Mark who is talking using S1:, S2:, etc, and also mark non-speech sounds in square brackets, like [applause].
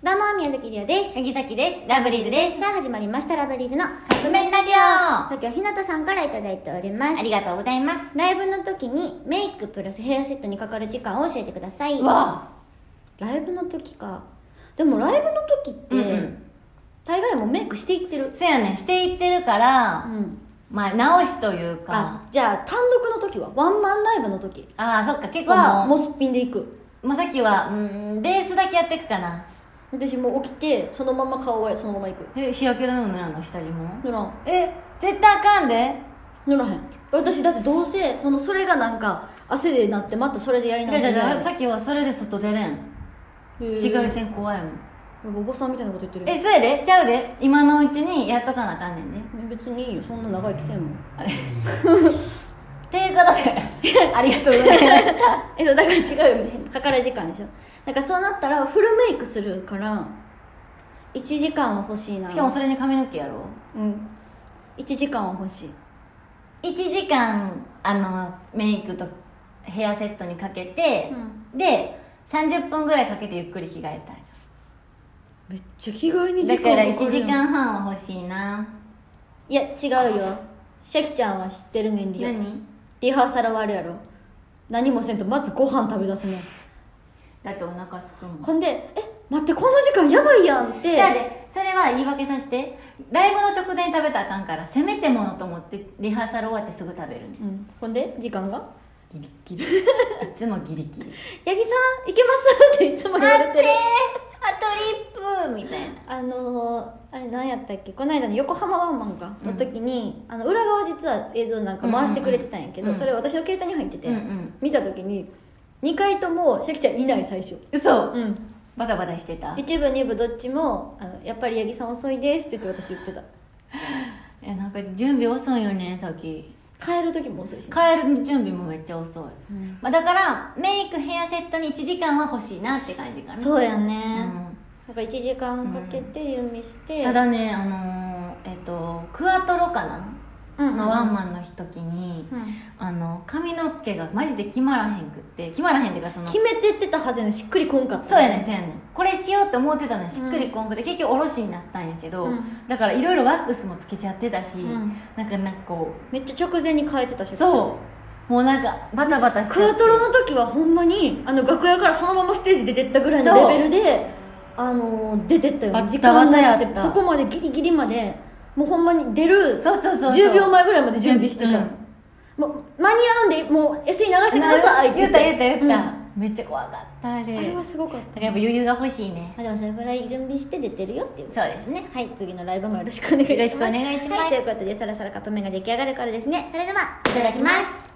S1: どうも、宮崎りおです。
S2: 杉崎です。ラブリーズです。
S1: さあ、始まりました、ラブリーズの
S2: カップ麺ラジオ
S1: さっきは日向さんからいただいております。
S2: ありがとうございます。
S1: ライブの時にメイクプラスヘアセットにかかる時間を教えてください。
S2: わ
S1: ライブの時か。でもライブの時って、
S2: うんうん
S1: 大概もうメイクしていってる。
S2: そうやねん、していってるか
S1: う
S2: ら、
S1: ん。
S2: まあ、直しというか、
S1: あ、じゃあ単独の時は、ワンマンライブの時
S2: ああ、そっか、結
S1: は、も
S2: 構も
S1: うすっぴんでいく。
S2: う、まさきは、うん、ベースだけやっていくかな。
S1: 私もう起きて、そのまま顔はそのままいく。
S2: え、日焼け止めも塗らんの下地も
S1: 塗らん。
S2: え、絶対あかんで。
S1: 塗らへん。私だってどうせ、その、それがなんか、汗でなって、またそれでやり
S2: じ
S1: なが
S2: ゃ
S1: ら
S2: じゃじゃ、さっきはそれで外出れん。紫外線怖いもん。
S1: やっぱおばさんみたいなこと言ってる
S2: え、そうやでちゃうで今のうちにやっとかなあかんねんね。
S1: 別にいいよそんな長生きせんもん
S2: あれ。ということで、ありがとうございました。
S1: [laughs] えそうだから違うよねかかる時間でしょだからそうなったらフルメイクするから1時間は欲しいな
S2: しかもそれに髪の毛やろ
S1: うん1時間は欲しい
S2: 1時間あのメイクとヘアセットにかけて、で30分ぐらいかけてゆっくり着替えたい
S1: めっちゃ着替えに
S2: だから1
S1: かかる
S2: 時
S1: やん
S2: 間半は欲しいない
S1: や違うよシャキちゃんは知ってるねんリオ
S2: 何
S1: リハーサルはあるやろ何もせんとまずご飯食べ出すねん
S2: だってお腹すくもん
S1: ほんで「え待ってこの時間やばいやん」って
S2: じゃあでそれは言い訳させてライブの直前に食べたらあかんからせめてものと思ってリハーサル終わってすぐ食べるね
S1: うん、ほんで時間が
S2: ギリギリいつもギリギリ
S1: 「八木さんいけます?」っていつも言わ
S2: 待
S1: れ
S2: ってて
S1: る
S2: あと1分みたいな
S1: あのーあれ何やったっけこの間の横浜ワンマンか
S2: うん
S1: の時に、あの裏側実は映像なんか回してくれてたんやけど、
S2: うんうん
S1: それ私の携帯に入ってて、
S2: うんうん
S1: 見た時に2回ともシャキちゃんいない最初
S2: 嘘
S1: うん
S2: バタバタしてた
S1: 一部二部どっちもあの「やっぱり八木さん遅いです」って言って私言ってた
S2: えなんか準備遅いよねさっき
S1: 帰る時も遅いし、
S2: 帰る準備もめっちゃ遅い、まあ、だからメイクヘアセットに1時間は欲しいなって感じかな
S1: そうや
S2: う
S1: ね、
S2: ん
S1: だから1時間かけて準備して、
S2: ただねあのーえっ、とクアトロかな、
S1: うんうん
S2: のワンマンの時に、
S1: うん
S2: あの髪の毛がマジで決まらへんくって決まらへんっていうかその
S1: 決めてってたはずやのにしっくりこんかった
S2: そうやねんそうやねんこれしようって思ってたのにしっくりこんくて、結局おろしになったんやけど、
S1: うん
S2: だからいろいろワックスもつけちゃってたし、
S1: うん
S2: なんかなんかこ
S1: めっちゃ直前に変えてたし
S2: うそうもうなんかバタバタして
S1: クアトロの時はほんまにあの楽屋からそのままステージ出てったぐらい
S2: そ
S1: の
S2: う
S1: レベルで、あのー出てったよ
S2: バッタ
S1: 時間
S2: バタ
S1: な
S2: やっ
S1: い
S2: た
S1: ってそこまでギリギリまでもうほんまに出る
S2: そうそうそうそう
S1: 10秒前ぐらいまで準備してた、
S2: うん
S1: もう間に合うんでもう SE 流してくださいって
S2: 言った言った言った、
S1: うん
S2: めっちゃ怖かったあれ
S1: あれ
S2: だ
S1: は
S2: か
S1: すごかっ
S2: らやっぱ余裕が欲しいね
S1: たあでもそれぐらい準備して出てるよっていう
S2: そうですね
S1: はい次のライブもよろしくお願いします
S2: よろしくお願いします
S1: はい、ということでそろそろカップ麺が出来上がるからですねそれではいただきます